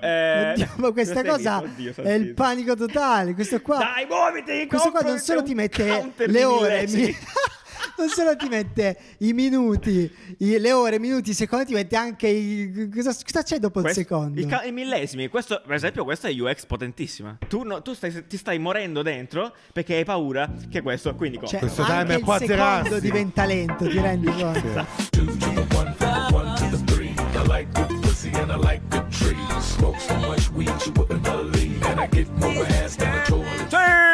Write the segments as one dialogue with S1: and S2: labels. S1: Eh,
S2: Oddio, ma questa
S1: lo sai
S2: cosa
S1: lì? Oddio,
S2: è il
S1: fastidio.
S2: panico totale. Questo qua,
S1: Dai, muoviti!
S2: questo qua
S1: compro-
S2: non solo ti
S1: c'è
S2: mette
S1: un counter
S2: le
S1: di
S2: ore,
S1: mille,
S2: mi-
S1: sì.
S2: non solo ti mette i minuti, i- le ore, i minuti, i secondi, ti mette anche i. Cosa, cosa c'è dopo
S1: Questo-
S2: il secondo?
S1: il ca- I millesimi, questo, per esempio, questa è UX potentissima. Tu, no- tu stai- ti stai morendo dentro perché hai paura che questo. Quindi,
S2: Cioè,
S1: compro.
S3: Questo
S2: anche
S3: timer
S2: il
S3: può azzerarsi.
S2: secondo diventa lento, ti rendi conto?
S4: Two to the one, from the one to the three. I like good pussy and I like good trees. Smoke so much weed you wouldn't believe. And I get more ass than a toilet.
S1: Sì!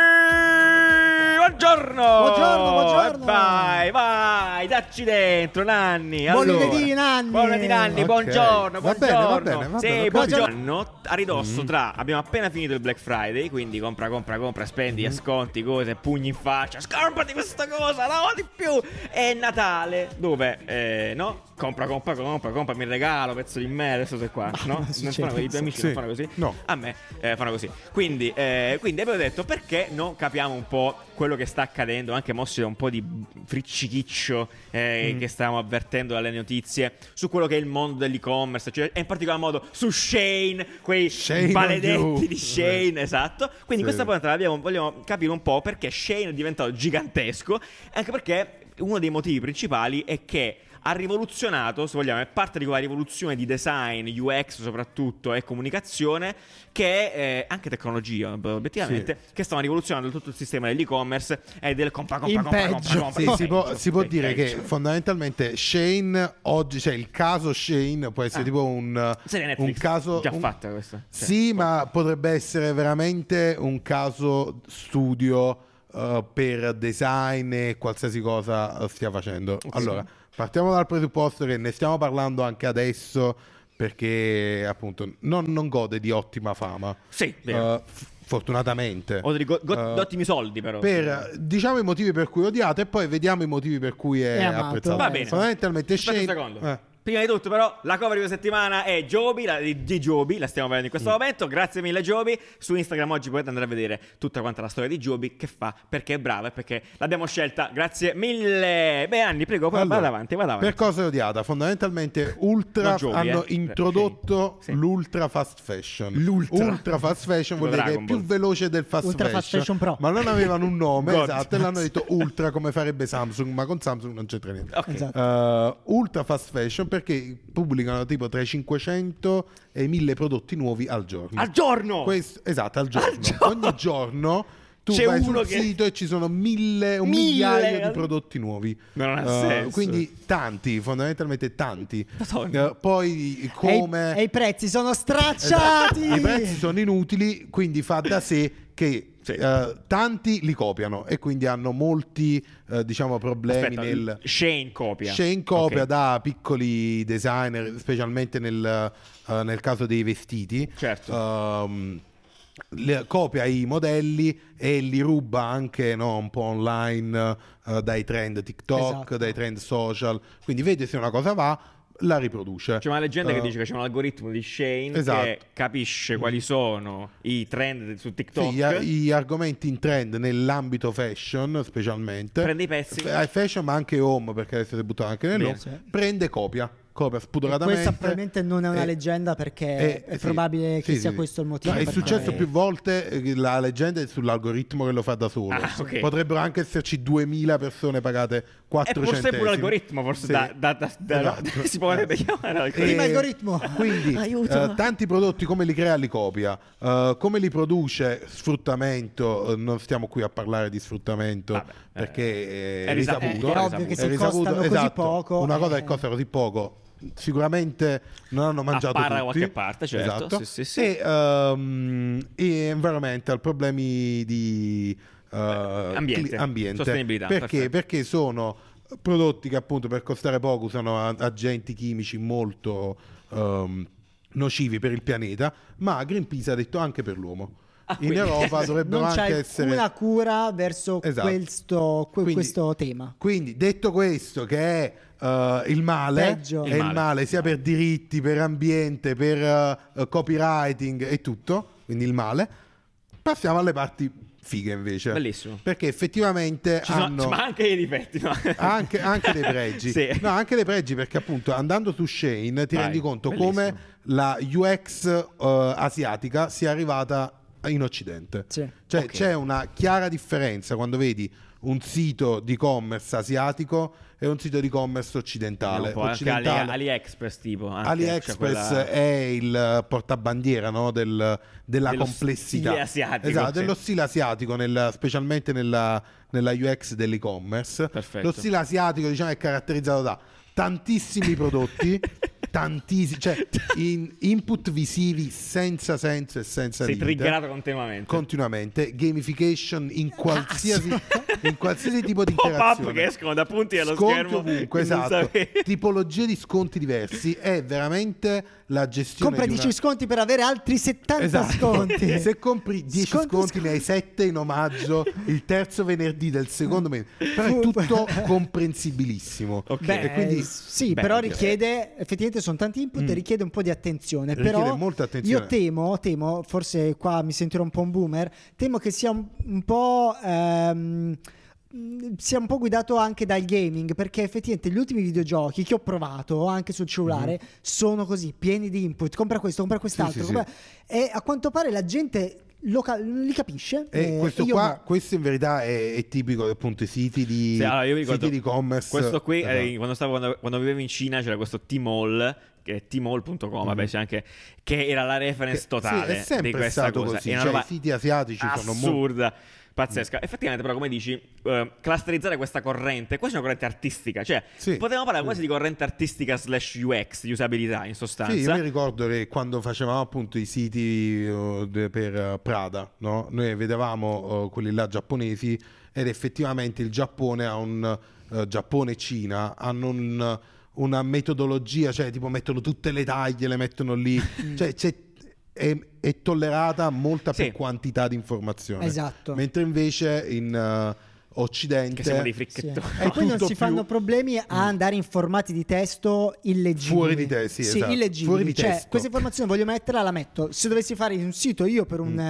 S1: Buongiorno!
S2: Buongiorno, buongiorno!
S1: E Vai, vai, dacci dentro, Nanni!
S2: Buon
S1: Allora.
S2: lunedì, Nanni!
S1: Buon lunedì, Nanni,
S3: Ok.
S1: buongiorno,
S3: Va bene,
S1: buongiorno!
S3: va bene, va
S1: sì,
S3: bene, Mm. va
S1: buongiorno!
S2: bene.
S1: A ridosso tra... Abbiamo appena finito il Black Friday, quindi compra, compra, compra,
S3: Mm.
S1: spendi, sconti, cose, pugni in faccia, scarpati questa cosa, no, di più! È Natale, dove, eh, no? Compra, compra, compra, compra, mi regalo, pezzo di merda, questo sei qua, no?
S2: ma
S1: Non
S2: succede,
S1: fanno, I tuoi amici
S3: Ah, sì.
S1: non fanno così?
S3: No.
S1: A me eh, fanno così. Quindi, eh, quindi abbiamo detto perché non capiamo un po' quello che sta accadendo, anche mossi da un po' di friccichiccio
S3: Mm.
S1: eh, che stavamo avvertendo dalle notizie su quello che è il mondo dell'e-commerce, cioè, e in particolar modo su Shane, quei
S3: Shane on
S1: maledetti
S3: you.
S1: di Shane, esatto. Quindi
S3: Sì.
S1: questa puntata abbiamo- vogliamo capire un po' perché Shane è diventato gigantesco, anche perché uno dei motivi principali è che ha rivoluzionato, se vogliamo, è parte di quella rivoluzione di design, UX soprattutto e comunicazione, che è eh, anche tecnologia, b- obiettivamente, che stanno rivoluzionando tutto il sistema dell'e-commerce e del compra, compra,
S2: In
S1: compra,
S2: peggio.
S1: compra, compra,
S3: Cioè, Sì,
S1: in
S3: si può,
S1: peggio,
S3: si può
S1: in
S3: dire che
S1: peggio.
S3: fondamentalmente Shane oggi, cioè il caso Shane può essere
S1: Ah.
S3: tipo un,
S1: Serie Netflix,
S3: un caso...
S1: già
S3: un-
S1: fatta questa. Cioè,
S3: sì, ma potrebbe essere veramente un caso studio eh, per design e qualsiasi cosa eh, stia facendo. Allora, partiamo dal presupposto che ne stiamo parlando anche adesso perché appunto non, non gode di ottima fama.
S1: Sì, vero.
S3: Eh, f- fortunatamente.
S1: o di go- go-
S3: Eh,
S1: ottimi soldi però.
S3: per, diciamo i motivi per cui odiato e poi vediamo i motivi per cui è,
S2: È amato.
S3: apprezzato.
S1: Va bene.
S3: Fondamentalmente
S1: Aspetta un
S3: Shane-
S1: secondo.
S3: eh,
S1: Prima di tutto, però, la cover di questa settimana è Joby, la, di di Joby, la stiamo vedendo in
S3: Mm.
S1: questo momento. Grazie mille, Joby. Su Instagram oggi potete andare a vedere tutta quanta la storia di Joby, che fa, perché è brava e perché l'abbiamo scelta. Grazie mille. Beh, Anni, prego, va-
S3: allora,
S1: vada avanti, vada avanti.
S3: Per cosa è odiata? Fondamentalmente Ultra
S1: Non giovi,
S3: hanno
S1: eh.
S3: introdotto
S1: Sì.
S3: l'ultra fast fashion.
S1: L'ultra.
S3: Ultra fast fashion vuol dire
S1: Tipo
S3: che
S1: Dragon
S3: è più
S1: Ball.
S3: veloce del fast
S2: Ultra
S3: fashion.
S2: fast fashion pro.
S3: Ma non avevano un nome,
S1: God.
S3: esatto, e l'hanno detto ultra come farebbe Samsung, ma con Samsung non c'entra niente.
S1: Ok.
S2: Esatto.
S3: Eh, ultra fast fashion perché pubblicano tipo tra i 500 e i 1000 prodotti nuovi al giorno.
S1: Al giorno!
S3: Questo- esatto, al giorno.
S1: Al giorno.
S3: Ogni giorno tu
S1: C'è
S3: vai
S1: uno
S3: sul
S1: che-
S3: sito e ci sono mille, un
S1: Mille!
S3: migliaio di prodotti nuovi.
S1: Ma non ha
S3: Eh,
S1: senso.
S3: Quindi tanti, fondamentalmente tanti.
S1: Madonna.
S3: Eh, poi
S2: E i-
S3: come...
S2: E, i prezzi sono
S3: Esatto.
S2: stracciati.
S3: I prezzi sono inutili, quindi fa da sé che
S1: Sì.
S3: eh, tanti li copiano e quindi hanno molti eh, diciamo, problemi
S1: Aspetta,
S3: nel...
S1: Shane copia.
S3: Shane copia
S1: Ok.
S3: da piccoli designer, specialmente nel, eh, nel caso dei vestiti.
S1: Certo.
S3: Ehm, le- copia i modelli e li ruba anche no, un po' online eh, dai trend TikTok,
S2: Esatto.
S3: dai trend social. Quindi vede se una cosa va, la riproduce.
S1: C'è una leggenda
S3: Eh,
S1: che dice che c'è un algoritmo di Shane che
S3: Esatto.
S1: capisce quali sono i trend su TikTok.
S3: Sì, gli, ar- gli argomenti in trend nell'ambito fashion, specialmente.
S1: Prende i pezzi.
S3: F- eh, fashion, ma anche home, perché adesso si è buttato anche
S1: Bene.
S3: nell'home. Prende copia. Copia spudoratamente.
S2: Questa probabilmente non è una
S3: Eh,
S2: leggenda perché
S3: eh,
S2: è
S3: sì.
S2: probabile che
S3: Sì,
S2: sia
S3: sì.
S2: questo il motivo.
S3: No, è
S2: per
S3: successo
S2: cui-
S3: più volte eh, la leggenda è sull'algoritmo che lo fa da solo.
S1: Ah, ok.
S3: Potrebbero anche esserci 2000 persone pagate
S1: E
S3: 400
S1: forse è pure l'algoritmo, forse da, da- da- da-
S3: Esatto.
S1: si potrebbe chiamare algoritmo.
S2: Prima algoritmo.
S3: Eh, Quindi
S2: Aiuto.
S3: eh, tanti prodotti come li crea li copia, Eh, come li produce sfruttamento, eh, non stiamo qui a parlare di sfruttamento
S1: Vabbè,
S3: perché
S1: eh,
S3: è,
S1: è risa-
S3: risaputo.
S1: è- è ovvio che
S3: È
S1: se
S3: risaputo,
S2: costano così
S3: esatto.
S2: poco,
S3: Una cosa che
S2: eh.
S3: costa così poco. Sicuramente non hanno mangiato
S1: Appare da
S3: tutti.
S1: qualche parte, certo.
S3: Esatto.
S1: Sì, sì, sì.
S3: E, ehm, e environmental, problemi di eh,
S1: ambiente.
S3: cli- ambiente.
S1: Sostenibilità,
S3: Perché?
S1: perfetto.
S3: Perché sono prodotti che appunto per costare poco usano a- agenti chimici molto ehm, nocivi per il pianeta, ma Greenpeace ha detto anche per l'uomo. In
S1: quindi-
S3: Europa dovrebbero
S2: Ah, non c'è
S3: anche
S2: alcuna
S3: essere
S2: cura verso
S3: Esatto.
S2: questo, que-
S3: Quindi-
S2: questo tema.
S3: Quindi, detto questo, che è eh, il male,
S2: Peggio.
S3: è
S1: Il
S3: il
S1: male.
S3: male, sia per diritti, per ambiente, per eh, copywriting e tutto, quindi il male, passiamo alle parti figa invece.
S1: Bellissimo.
S3: Perché effettivamente
S1: Ci sono-
S3: hanno...
S1: ma anche i difetti, no?
S3: Ah, anche, anche dei pregi.
S1: Sì.
S3: No, anche dei pregi perché appunto andando su Shane ti
S1: Vai,
S3: rendi conto
S1: bellissimo.
S3: come la UX eh, asiatica sia arrivata in Occidente.
S2: Sì.
S3: Cioè
S1: Ok.
S3: c'è una chiara differenza quando vedi un sito di commerce asiatico e un sito di commerce occidentale.
S1: Un po' anche Ali-
S3: Occidentale-
S1: AliExpress tipo. anche, cioè
S3: AliExpress
S1: quella-
S3: è il portabandiera no, del- della
S1: Dello
S3: complessità
S1: stile asiatico,
S3: Esatto,
S1: sì.
S3: dello stile asiatico, nella- specialmente nella, nella UX dell'e-commerce.
S1: Perfetto.
S3: Lo stile asiatico diciamo, è caratterizzato da tantissimi prodotti, tantissimi, cioè in- input visivi senza senso e senza
S1: Sei
S3: limite.
S1: triggerato continuamente.
S3: Continuamente, gamification in qualsiasi, in qualsiasi tipo di
S1: Pop-up
S3: interazione.
S1: che escono da punti allo
S3: Sconti
S1: schermo,
S3: ovunque,
S1: non
S3: esatto.
S1: sapevi.
S3: Tipologie di sconti diversi è veramente la gestione
S2: Compra
S3: di
S2: 10
S3: Cioè, una-
S2: sconti per avere altri 70
S3: Esatto.
S2: sconti.
S3: Se compri 10
S2: Sconti,
S3: sconti, ne hai 7 in omaggio il terzo venerdì del secondo mese. Però è tutto comprensibilissimo.
S1: Ok.
S2: Beh,
S3: E quindi Mm.
S2: sì,
S1: Beh,
S2: però
S1: direi.
S2: richiede effettivamente sono tanti input e richiede un po' di attenzione.
S3: Richiede
S2: però
S3: molta attenzione.
S2: io temo, temo, forse qua mi sentirò un po' un boomer, temo che sia un, un po'. ehm, mh, sia un po' guidato anche dal gaming perché effettivamente gli ultimi videogiochi che ho provato anche sul cellulare sono così pieni di input compra questo compra quest'altro
S3: Mm-hmm. sì, sì.
S2: compra- e a quanto pare la gente lo ca- li capisce
S3: E
S2: eh,
S3: questo,
S2: io
S3: qua,
S2: no.
S3: questo in verità è, è tipico appunto i siti di,
S1: Sì, allora, io mi ricordo,
S3: siti di commerce.
S1: Questo qui, eh,
S3: Esatto.
S1: quando, stavo, quando, quando vivevo in Cina, c'era questo Tmall che è tmall.com, vabbè, c'è anche che era la reference
S3: Mhm. Che-
S1: totale
S3: sì, è sempre
S1: di questa
S3: stato
S1: cosa.
S3: così,
S1: È una
S3: cioè,
S1: roba
S3: i siti asiatici sono molto-
S1: assurda, pazzesca. Effettivamente, però, come dici, eh, clusterizzare questa corrente, questa è una corrente artistica, cioè
S3: Sì.
S1: potevamo parlare quasi di corrente artistica slash UX, di usabilità in sostanza.
S3: Sì, io mi ricordo che quando facevamo appunto i siti eh, de- per eh, Prada, no? noi vedevamo eh, quelli là giapponesi ed effettivamente il Giappone ha un eh, Giappone e Cina hanno un- uh, una metodologia, cioè tipo mettono tutte le taglie, le mettono lì, cioè c'è- è, è tollerata molta
S1: Mm. Sì.
S3: più quantità di informazione.
S2: Esatto.
S3: Mentre invece in eh, Occidente
S1: Che siamo dei
S2: Sì.
S1: fricchettoni.
S2: E poi non
S3: tutto
S2: si
S3: più- Mm.
S2: fanno problemi a andare in formati di testo illeggibili.
S3: Fuori di te- sì, esatto.
S2: illeggibili.
S3: Fuori di
S2: cioè,
S3: testo.
S2: questa informazione voglio metterla, la metto. Se dovessi fare un sito io per un,
S3: Mm.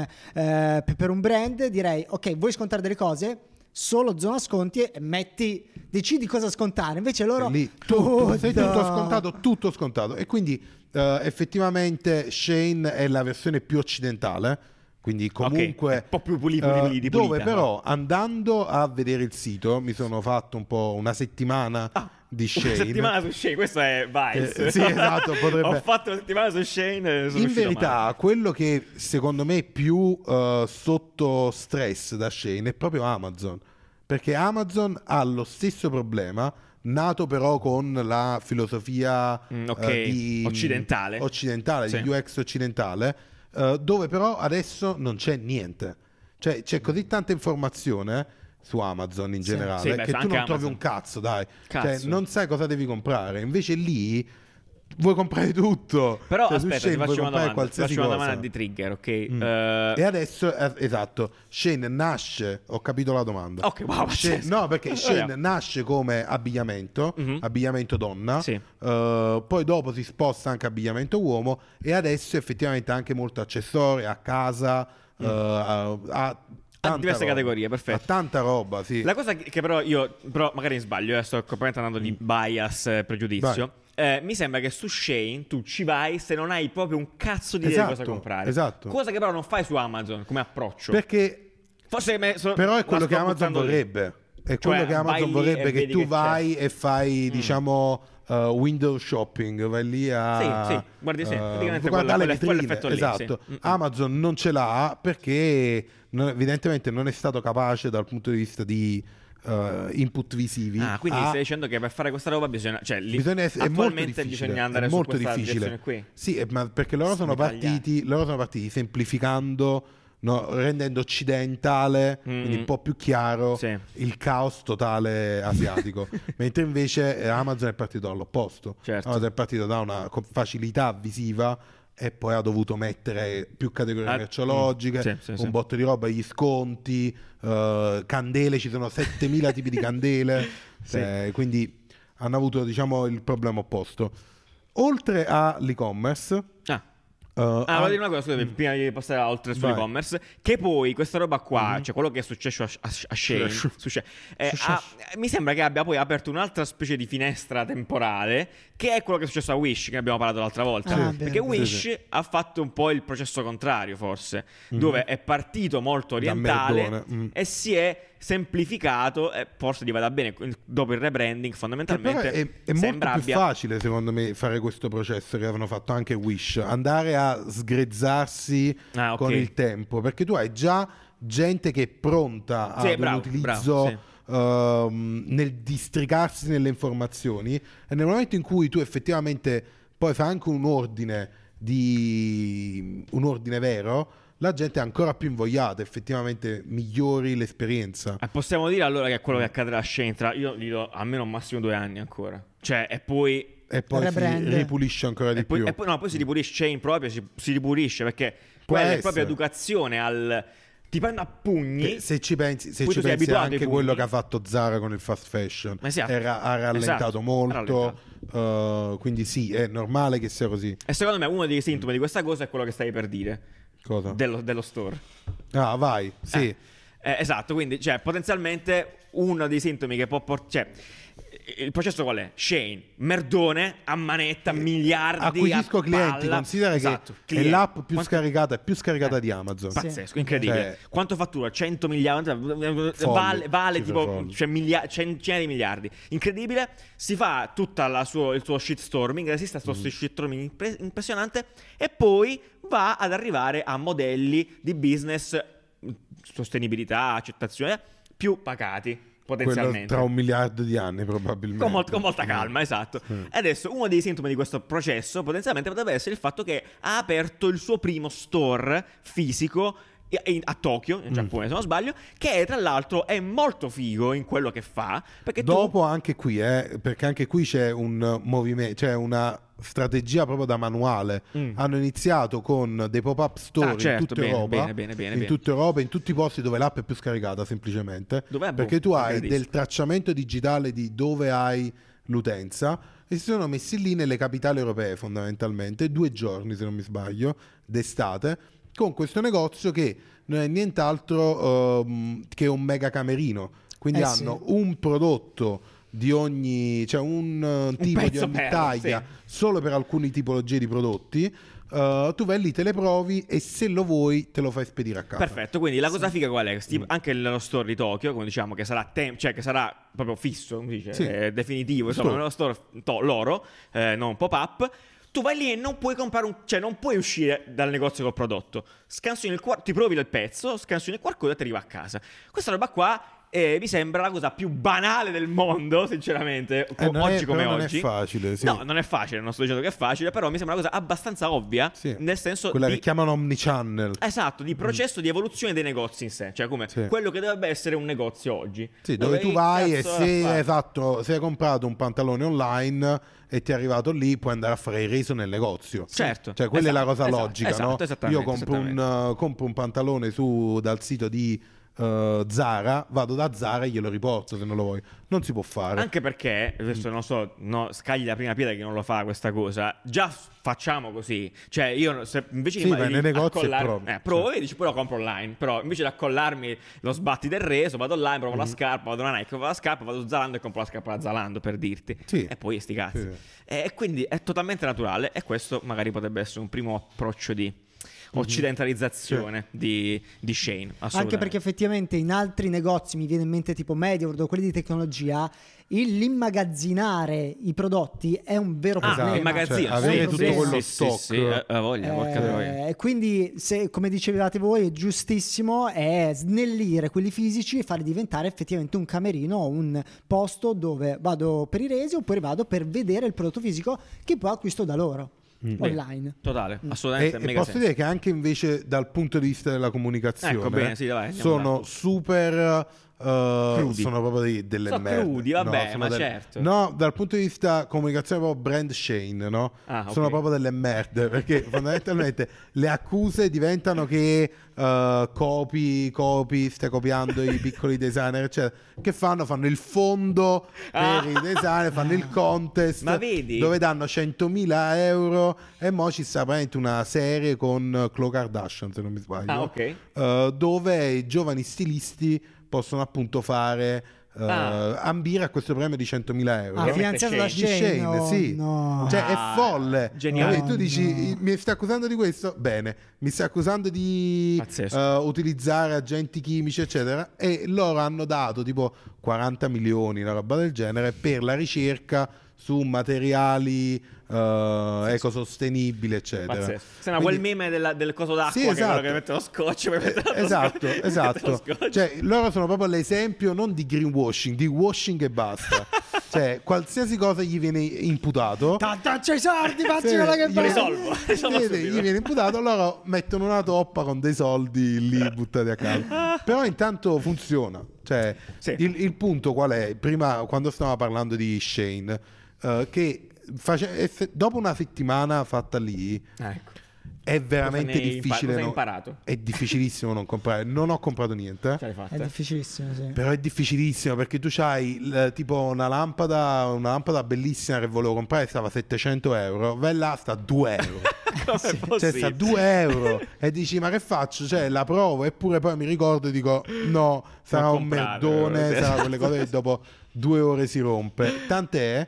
S2: eh, per- per un brand, direi: Ok, vuoi scontare delle cose? Solo zona sconti e metti, decidi cosa scontare. Invece loro.
S3: lì
S2: Oh,
S3: tutto, sei tutto scontato, tutto scontato. E quindi eh, effettivamente Shane è la versione più occidentale. Quindi comunque
S1: è un po' più puli- puli-
S3: eh,
S1: di pulita,
S3: dove
S1: no?
S3: però andando a vedere il sito mi sono fatto un po' una settimana di Shane.
S1: Ah, Una settimana su Shane, questo è Vice.
S3: Eh, sì, esatto, potrebbe-
S1: Ho fatto una settimana su Shane. e sono
S3: In
S1: uscito
S3: verità,
S1: male.
S3: quello che secondo me è più eh, sotto stress da Shane è proprio Amazon. Perché Amazon ha lo stesso problema, nato però con la filosofia
S1: Mm, ok,
S3: eh, di-
S1: occidentale.
S3: occidentale,
S1: Sì.
S3: di UX occidentale, eh, dove però adesso non c'è niente. Cioè, c'è così tanta informazione su Amazon in generale
S1: Sì, beh,
S3: che tu non
S1: anche
S3: trovi
S1: Amazon.
S3: un cazzo, dai.
S1: Cazzo.
S3: Cioè, non sai cosa devi comprare. Invece lì vuoi comprare tutto.
S1: Però
S3: Cioè, su
S1: aspetta,
S3: Shane
S1: ti faccio
S3: puoi
S1: una domanda.
S3: comprare
S1: Ti
S3: qualsiasi
S1: faccio una
S3: cosa.
S1: domanda di trigger, ok?
S3: Mm.
S1: Eh,
S3: E adesso, eh, esatto, Shane nasce, ho capito la domanda.
S1: Ok, wow,
S3: Shane-
S1: pazzesco.
S3: no, perché Shane
S1: Allora,
S3: nasce come abbigliamento,
S1: Mhm.
S3: abbigliamento donna,
S1: Sì.
S3: eh, poi dopo si sposta anche abbigliamento uomo e adesso effettivamente ha anche molto accessori a casa, eh, ha, ha tanta
S1: Mm. diverse categorie, perfetto.
S3: Ha tanta roba, sì.
S1: La cosa che, che però io, però magari sbaglio, eh, sto completamente andando
S3: Mm.
S1: di bias, eh, pregiudizio. Eh, mi sembra che su Shane tu ci vai se non hai proprio un cazzo di idea di cosa
S3: Esatto,
S1: comprare.
S3: esatto.
S1: Cosa che però non fai su Amazon come approccio.
S3: Perché
S1: Forse me- sono-
S3: Però
S1: la
S3: è quello
S1: sto
S3: che Amazon
S1: buttando lì.
S3: vorrebbe. È
S1: Cioè,
S3: quello che
S1: vai
S3: Amazon
S1: lì
S3: vorrebbe
S1: e
S3: che
S1: vedi
S3: tu
S1: che c'è. Mm.
S3: vai e fai, diciamo, uh, window shopping, vai lì a...
S1: Sì, sì, guardi, sì,
S3: uh,
S1: praticamente
S3: guarda
S1: quella-
S3: le
S1: quella-
S3: vetrine,
S1: quell'effetto lì,
S3: Esatto.
S1: sì. Mm, Mm-mm.
S3: Amazon non ce l'ha perché non- evidentemente non è stato capace dal punto di vista di uh, input visivi.
S1: Ah, quindi
S3: a-
S1: stai dicendo che per fare questa roba bisogna. Cioè, lì,
S3: Bisogna essere, è molto
S1: attualmente
S3: difficile,
S1: bisogna andare
S3: è
S1: su
S3: molto
S1: questa
S3: difficile.
S1: direzione qui.
S3: Sì, eh, ma perché loro sono,
S1: Smicagliare.
S3: partiti, loro sono partiti semplificando, no, rendendo occidentale,
S1: Mm.
S3: quindi un po' più chiaro,
S1: Sì.
S3: il caos totale asiatico. Mentre invece eh, Amazon è partito dall'opposto.
S1: Certo.
S3: Amazon è partito da una co- facilità visiva e poi ha dovuto mettere più categorie
S1: Ah,
S3: merceologiche,
S1: mm, sì, sì,
S3: un
S1: sì.
S3: botto di roba, gli sconti, eh, candele, ci sono 7000 tipi di candele,
S1: Sì.
S3: eh, quindi hanno avuto diciamo il problema opposto. Oltre all'e-commerce,
S1: Ah,
S3: Uh,
S1: Ah, volevo dire una cosa, scusami, prima di passare oltre
S3: Vai. Mm-hmm.
S1: sull'e-commerce, che poi questa roba qua, cioè quello che è successo a, a- a Shane,
S3: Successo.
S1: su Shane, eh,
S2: Successo.
S1: ha- eh, mi sembra che abbia poi aperto un'altra specie di finestra temporale, che è quello che è successo a Wish, che abbiamo parlato l'altra volta,
S2: Ah, Sì.
S1: perché
S2: bene.
S1: Wish
S3: Sì, Mm-hmm.
S1: ha fatto un po' il processo contrario, forse, dove è partito molto
S3: Da
S1: orientale
S3: merdone, mm.
S1: e si è semplificato e forse gli vada bene dopo il rebranding
S3: Che Eh, però
S1: fondamentalmente
S3: è, è molto
S1: sembra
S3: più
S1: abbia
S3: facile secondo me fare questo processo che avevano fatto anche Wish andare a sgrezzarsi
S1: Ah, ok.
S3: con il tempo perché tu hai già gente che è pronta
S1: Sì,
S3: ad
S1: bravo,
S3: un utilizzo
S1: bravo, sì.
S3: ehm, nel districarsi nelle informazioni e nel momento in cui tu effettivamente poi fai anche un ordine di un ordine vero la gente è ancora più invogliata effettivamente migliori l'esperienza
S1: Eh, Possiamo dire allora che è quello che accadrà a Scentra. Io gli do almeno massimo due anni ancora. Cioè, e poi.
S3: e poi si
S2: Rebrand.
S3: ripulisce ancora di
S1: E poi,
S3: più
S1: e poi- no, poi si ripulisce Shane proprio, si, si ripulisce perché
S3: Può
S1: quella è
S3: essere.
S1: proprio educazione al. Ti prendo a
S3: Che
S1: pugni.
S3: se ci pensi, se
S1: Poi
S3: ci
S1: tu sei
S3: pensi
S1: abituato ai
S3: anche
S1: pugni.
S3: quello che ha fatto Zara con il fast fashion,
S1: Ma sì, ha-
S3: Era- ha
S1: esatto,
S3: rallentato
S1: ha
S3: molto, eh, quindi sì, è normale che sia così.
S1: E secondo me uno dei sintomi di questa cosa è quello che stavi per dire.
S3: Cosa?
S1: Dello, dello store.
S3: ah, vai, sì.
S1: Eh, eh, esatto, quindi cioè, potenzialmente uno dei sintomi che può portare... il processo qual è? Shane, merdone, a manetta, miliardi...
S3: Acquisisco
S1: a
S3: clienti,
S1: palla.
S3: considera
S1: Esatto,
S3: che
S1: clienti.
S3: è l'app più
S1: Quanti- Eh,
S3: scaricata, più scaricata di Amazon.
S1: Pazzesco, incredibile.
S3: Cioè-
S1: Quanto fattura? 100 miliardi?
S3: Folli,
S1: vale vale
S3: cifre
S1: tipo
S3: folli.
S1: cioè, milia- centinaia di miliardi. Incredibile. Si fa tutto il suo shitstorming, resiste a
S3: Mm.
S1: questo shitstorming impre- impressionante e poi va ad arrivare a modelli di business, mh, sostenibilità, accettazione, più pacati
S3: Quello
S1: potenzialmente.
S3: tra un miliardo di anni probabilmente.
S1: Con, mol- con molta calma, esatto.
S3: Mm.
S1: E adesso uno dei sintomi di questo processo potenzialmente potrebbe essere il fatto che ha aperto il suo primo store fisico i- in- a Tokyo,
S3: Mm.
S1: in Giappone se non sbaglio, che tra l'altro è molto figo in quello che fa, perché
S3: Dopo anche qui, eh, perché anche qui c'è un movimento, c'è una strategia proprio da manuale.
S1: Mm.
S3: Hanno iniziato con dei pop-up store
S1: Ah, certo,
S3: in tutta
S1: bene,
S3: Europa,
S1: bene, bene, bene,
S3: in
S1: bene.
S3: tutta Europa, in tutti i posti dove l'app è più scaricata semplicemente,
S1: Dov'è?
S3: perché
S1: Boh,
S3: tu hai
S1: gradisco.
S3: del tracciamento digitale di dove hai l'utenza e si sono messi lì nelle capitali europee fondamentalmente, due giorni se non mi sbaglio, d'estate, con questo negozio che non è nient'altro ehm, che un mega camerino. Quindi
S2: Eh sì.
S3: hanno un prodotto di ogni, cioè un eh, tipo di
S1: pezzo
S3: ogni
S1: per,
S3: taglia
S1: sì.
S3: solo per alcune tipologie di prodotti. eh, tu vai lì, te le provi e se lo vuoi te lo fai spedire a
S1: tu...
S3: casa.
S1: Perfetto, quindi la cosa figa qual è? Sti-
S3: Mm.
S1: Anche lo store di Tokyo, come diciamo, che sarà, tem- cioè, che sarà proprio fisso, come si dice,
S3: Sì.
S1: eh, definitivo, insomma,
S3: Store.
S1: lo store to- loro, eh, non pop-up. Tu vai lì e non puoi comprare un, cioè non puoi uscire dal negozio col prodotto. Scansioni il QR, ti provi il pezzo, scansioni il QR code e ti arriva a casa. Questa roba qua eh, mi sembra la cosa più banale del mondo, sinceramente,
S3: Eh,
S1: co-
S3: non è-
S1: oggi come
S3: però non è
S1: oggi.
S3: facile, sì.
S1: No, non è facile, non sto dicendo che è facile, però mi sembra una cosa abbastanza ovvia,
S3: Sì.
S1: nel senso
S3: Quella
S1: di
S3: che chiamano omnichannel.
S1: Esatto, di processo di evoluzione dei negozi in sé, cioè come
S3: Mm. Sì.
S1: quello che dovrebbe essere un negozio oggi.
S3: Sì, dove tu
S1: che
S3: vai e
S1: cazzo
S3: se,
S1: la fa?
S3: esatto, se hai comprato un pantalone online e ti è arrivato lì, puoi andare a fare il reso nel negozio.
S1: Certo.
S3: Cioè, quella è la
S1: Esatto,
S3: cosa
S1: esatto,
S3: logica,
S1: esatto,
S3: no?
S1: esattamente,
S3: Io compro un, eh, compro un pantalone su, dal sito di eh, Zara, vado da Zara e glielo riporto se non lo vuoi. Non si può fare.
S1: Anche perché, adesso non so, no, scagli la prima pietra che non lo fa questa cosa, già f- facciamo così. Cioè io se, invece
S3: Sì,
S1: di,
S3: vai
S1: di
S3: nei negozi e
S1: accollar-
S3: provi.
S1: eh, provo e dici poi lo compro online, però invece di accollarmi lo sbatti del reso, vado online, provo
S3: Mm.
S1: la scarpa, vado da Nike, provo la scarpa, vado su Zalando e compro la scarpa da Zalando per dirti.
S3: Sì.
S1: E poi sti cazzi.
S3: Sì.
S1: E quindi è totalmente naturale e questo magari potrebbe essere un primo approccio di
S3: Mhm.
S1: occidentalizzazione di, di Shane.
S2: Anche
S1: assolutamente.
S2: perché effettivamente in altri negozi, mi viene in mente tipo MediaWorld o quelli di tecnologia, il- l'immagazzinare i prodotti è un vero
S1: Ah,
S2: problema.
S3: Esatto,
S1: il magazzino,
S3: cioè,
S1: sì,
S3: avere
S1: sì,
S3: tutto
S1: sì,
S3: quello
S1: sì,
S3: stock.
S1: sì, sì, eh, eh, voglia, porca troia.
S2: Eh, e quindi, se, come dicevate voi, è giustissimo è snellire quelli fisici e farli diventare effettivamente un camerino o un posto dove vado per i resi oppure vado per vedere il prodotto fisico che poi acquisto da loro
S1: Mm.
S2: online.
S1: Totale,
S3: E,
S1: assolutamente.
S3: e
S1: mega
S3: posso
S1: senso.
S3: dire che anche invece dal punto di vista della comunicazione
S1: Ecco, bene, sì, dai, andiamo là.
S3: sono super eh, eh,
S1: Crudi.
S3: sono proprio dei- delle
S1: Sono
S3: merde.
S1: crudi, vabbè,
S3: sono
S1: ma certo.
S3: No, dal punto di vista comunicazione proprio brand Shane, no?
S1: Ah, ok.
S3: Sono proprio delle merde, perché fondamentalmente le accuse diventano che eh, copi, copi, stai copiando i piccoli designer, eccetera. Che fanno? Fanno il fondo per
S1: Ah.
S3: i designer, fanno il contest
S1: Ma vedi?
S3: dove danno 100.000 euro e mo ci sta veramente una serie con Khloe Kardashian, se non mi sbaglio.
S1: Ah, ok.
S3: Eh, dove i giovani stilisti possono appunto fare eh,
S1: Ah.
S3: ambire a questo premio di 100.000 euro.
S2: Ah,
S1: Ovviamente
S2: finanziato da
S3: di Shane,
S2: Shane, no,
S3: sì.
S2: no.
S3: Cioè è
S1: Ah,
S3: folle.
S1: geniale.
S3: Quindi tu dici
S2: No.
S3: mi stai accusando di questo? Bene. Mi stai accusando di
S1: Pazzesco.
S3: eh, utilizzare agenti chimici, eccetera. E loro hanno dato tipo 40 milioni, una roba del genere, per la ricerca su materiali eh, ecosostenibili, eccetera.
S1: Pazzesco. Sembra
S3: Quindi-
S1: quel meme della- del coso d'acqua
S3: sì,
S1: che è
S3: esatto.
S1: quello che mette lo scotch. poi mette lo
S3: Eh, esatto,
S1: scotch, mette lo
S3: esatto.
S1: scotch.
S3: Cioè, loro sono proprio l'esempio non di greenwashing, di washing e basta. cioè, qualsiasi cosa gli viene imputato.
S2: Tanto c'hai i soldi, facci
S3: Sì,
S2: quella che
S3: gli
S2: fai.
S1: risolvo. Risolvo
S3: Vede,
S1: subito.
S3: gli viene imputato, loro mettono una toppa con dei soldi lì buttati a caso. Però intanto funziona. Cioè,
S1: Sì.
S3: il, il punto qual è? Prima, quando stavamo parlando di Shane, eh, che face- eff- dopo una settimana fatta lì,
S1: Ah, ecco.
S3: è veramente
S1: Cosa ne hai impa-
S3: difficile.
S1: cosa hai
S3: no-
S1: imparato? Certo.
S3: È difficilissimo non comprare. Non ho comprato niente. eh.
S1: Ce l'hai fatta.
S2: È difficilissimo, sì.
S3: Però è difficilissimo perché tu hai tipo una lampada, una lampada bellissima che volevo comprare, stava a 700 euro, vai là sta a 2 euro.
S1: Com'è
S3: Cioè,
S1: possibile?
S3: sta a 2 euro e dici: Ma che faccio? Cioè, la provo, eppure poi mi ricordo e dico: No, sarà un
S1: comprare,
S3: merdone,
S1: però, sì.
S3: sarà quelle cose che dopo due ore si rompe. Tant'è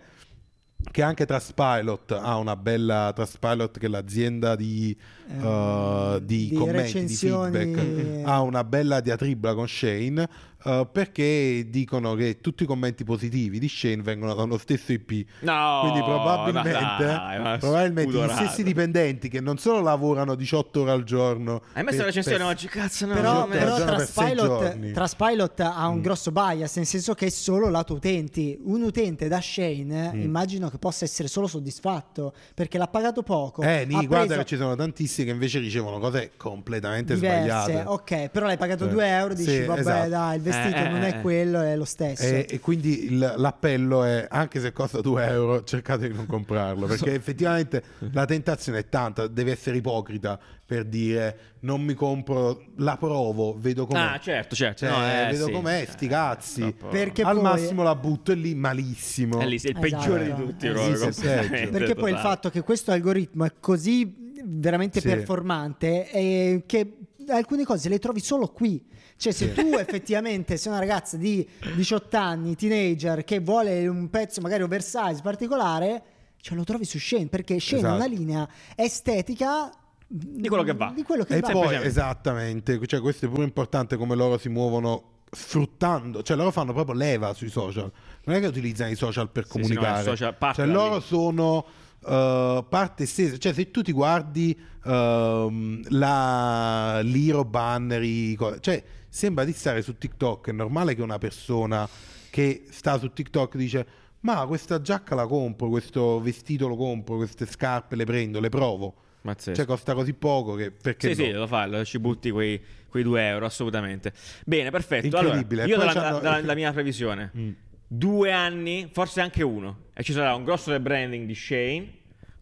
S3: che anche Traspilot ha una bella Traspilot, che è l'azienda di, eh, di
S2: Ehm, di
S3: commenti, di
S2: recensioni. Ah,
S3: feedback, ha una bella diatribla con Shane eh, perché dicono che tutti i commenti positivi di Shane vengono dallo stesso IP.
S1: No,
S3: Quindi probabilmente,
S1: ma Oh, dai, ma
S3: probabilmente gli
S1: spudorato.
S3: stessi dipendenti che non solo lavorano 18 ore al giorno.
S1: Hai messo la
S3: per-
S1: recensione
S3: per-
S1: oggi? Cazzo, no.
S2: Però,
S1: no,
S3: Giorgio,
S2: però
S3: ragiona per sei
S2: Traspilot,
S3: giorni. Mm.
S2: Traspilot ha un grosso bias, nel senso che è solo lato utenti. Un utente da Shane
S3: Mm.
S2: eh, immagino che possa essere solo soddisfatto perché l'ha pagato poco.
S3: Eh, Ni,
S2: ha
S3: guarda
S2: preso
S3: che ci sono tantissimi che invece ricevono cose completamente
S2: diverse.
S3: sbagliate.
S2: Ok, però l'hai pagato
S3: Eh.
S2: 2 euro. Dici,
S3: Sì,
S2: vabbè,
S3: esatto. Eh,
S2: dai, il vestito
S1: Eh,
S2: non
S1: eh,
S2: è
S1: eh.
S2: quello, è lo stesso.
S3: E, e quindi il- l'appello è anche se costa 2 euro cercate di non comprarlo perché effettivamente la tentazione è tanta devi essere ipocrita per dire non mi compro la provo vedo com'è
S1: Ah, certo, certo.
S3: Cioè,
S1: No, eh,
S3: vedo
S1: sì.
S3: com'è sti cazzi
S1: troppo.
S2: Perché
S3: al
S2: poi-
S3: massimo la butto e lì malissimo
S1: È lì, sì, il
S2: Esatto.
S1: peggiore di tutti.
S2: Eh,
S1: proprio,
S3: sì, sì, sì.
S1: completamente,
S2: Perché poi il
S1: totale.
S2: fatto che questo algoritmo è così veramente
S3: Sì.
S2: performante eh, che alcune cose le trovi solo qui. Cioè, se tu effettivamente sei una ragazza di 18 anni, teenager, che vuole un pezzo magari oversize particolare, cioè lo trovi su Shane, perché Shane ha una
S3: Esatto.
S2: linea estetica di
S1: quello che va.
S2: Di quello che
S3: e
S2: va.
S3: poi
S1: Semplicemente.
S3: esattamente cioè questo è pure importante come loro si muovono sfruttando cioè loro fanno proprio leva sui social non è che utilizzano i social per
S1: Sì, sì, no,
S3: comunicare
S1: il social- parte
S3: cioè
S1: da
S3: loro
S1: lì.
S3: sono eh, parte stessa cioè se tu ti guardi ehm, la l'Iro banner i co- cioè sembra di stare su TikTok è normale che una persona che sta su TikTok dice ma questa giacca la compro questo vestito lo compro queste scarpe le prendo le provo
S1: Pazzesco.
S3: cioè costa così poco che perché
S1: sì,
S3: no?
S1: sì, lo fa, lo- ci butti quei, quei 2 euro, assolutamente. Bene, perfetto. Allora,
S3: Incredibile.
S1: io
S3: Poi
S1: dalla,
S3: c'hanno-
S1: dalla- dalla mia previsione.
S3: Mm.
S1: Due anni, forse anche uno. E ci sarà un grosso rebranding di Shane.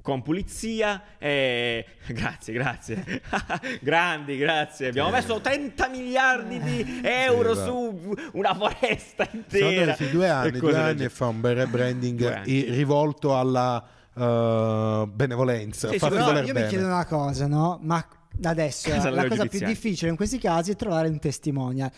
S1: Con pulizia e... Grazie, grazie. Grandi, grazie. Abbiamo messo 30 miliardi di euro
S3: va.
S1: su una foresta
S3: Secondo
S1: intera.
S3: me sì, due anni,
S1: E
S3: due
S1: cose del
S3: anni
S1: genere.
S3: e fa un bel
S1: Due
S3: rebranding
S1: anni.
S3: i- rivolto alla eh, benevolenza.
S1: Sì, sì,
S3: far
S1: però
S2: Però
S3: voler
S2: io mi
S3: bene.
S2: chiedo una cosa, no? Ma adesso
S1: Casa
S2: la cosa più
S1: giudiziaria.
S2: difficile in questi casi è trovare un testimonial.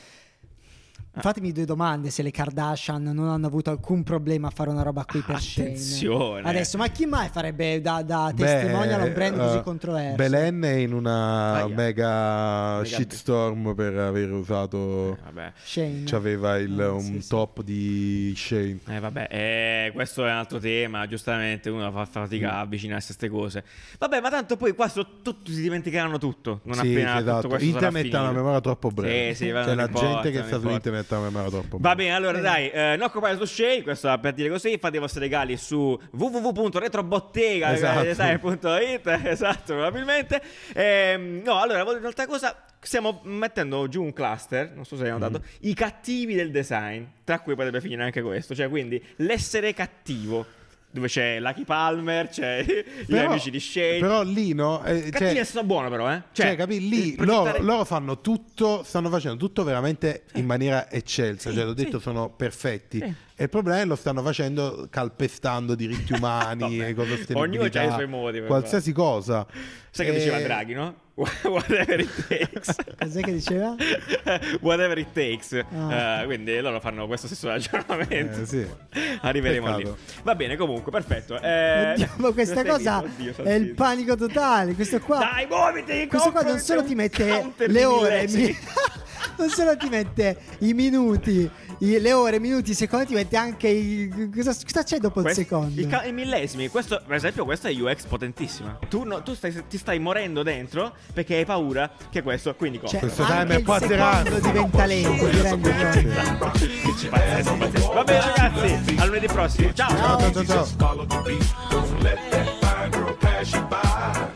S3: Ah.
S2: Fatemi due domande se le Kardashian non hanno avuto alcun problema a fare una roba qui per Shane.
S1: Attenzione.
S2: Adesso, ma chi mai farebbe da, da
S3: Beh,
S2: testimonial un brand così
S3: eh,
S2: controverso?
S3: Belen è in una
S1: Aia.
S3: mega,
S1: eh. Mega-
S3: shitstorm per aver usato.
S1: Eh, Vabbè.
S2: Shane.
S3: C'aveva il-
S2: Eh,
S3: un
S2: sì, sì.
S3: top di Shane.
S1: Eh vabbè, eh, questo è un altro tema, giustamente uno fa fatica a avvicinarsi a queste cose. Vabbè, ma tanto poi qua so- tutti si dimenticheranno tutto, non
S3: Sì,
S1: appena
S3: sì, esatto.
S1: tutto questo sarà
S3: Internet ha una
S1: finito.
S3: memoria troppo breve.
S1: Sì, sì, va-
S3: C'è
S1: non
S3: la
S1: importa,
S3: gente
S1: non
S3: che sta su
S1: importa.
S3: internet ha una memoria troppo breve.
S1: Va bene, allora dai, eh, non occupare su Shane, questo era per dire così, fate i vostri regali su www.retrobottega.it,
S3: Esatto.
S1: esatto. probabilmente. Ehm, no, allora, volevo dire un'altra cosa, Stiamo mettendo giù un cluster, non so se hai
S3: Mm.
S1: notato, i cattivi del design, tra cui potrebbe finire anche questo, cioè quindi l'essere cattivo, dove c'è Lucky Palmer, c'è gli amici di Shane.
S3: Però lì no. eh,
S1: Cattivi
S3: cioè,
S1: nel senso buono però, eh.
S3: cioè, capì? Lì
S1: il
S3: loro,
S1: progettare-
S3: loro fanno tutto, stanno facendo tutto veramente in maniera eccelsa.
S1: Sì,
S3: cioè, l'ho
S1: sì.
S3: detto, sono perfetti.
S1: Sì.
S3: E il problema è che lo stanno facendo calpestando diritti umani
S1: Vabbè.
S3: e con sostenibilità.
S1: Ognuno ha i suoi modi per
S3: Qualsiasi cosa. Eh,
S1: Sai che
S3: E-
S1: diceva Draghi, no? Whatever it takes.
S2: Cos'è Eh. che diceva?
S1: Whatever it takes.
S2: Ah.
S1: Eh, quindi loro fanno questo stesso ragionamento.
S3: Eh, sì.
S1: Arriveremo
S3: Peccato.
S1: lì. Va bene, comunque, perfetto. Eh,
S2: Oddio, questa
S1: lo stai
S2: cosa
S1: visto? Oddio,
S2: è il
S1: santissimo.
S2: panico totale. Questo qua.
S1: Dai, muoviti!
S2: questo qua
S1: compro
S2: non solo
S1: un
S2: ti mette
S1: counter di
S2: le ore,
S1: millesimi.
S2: mi- non solo ti mette i minuti, i- le ore, i minuti, i secondi, ti mette anche i. Cosa, cosa c'è dopo il
S1: Questo-
S2: secondo?
S1: Il, ca- i millesimi, questo, per esempio, questa è UX potentissima. Tu, no- tu stai- ti stai morendo dentro perché hai paura che questo. Quindi
S2: Cioè,
S1: compra.
S3: questo
S2: anche
S3: timer
S2: il
S3: qua serà-
S2: secondo diventa lento, ti rendi conto?
S1: Pazzesco, pazzesco. Va bene, ragazzi. A lunedì prossimo. Ciao.
S3: Ciao, ciao, ciao. ciao.
S4: Just follow the beat. Don't let that fine girl pass you by.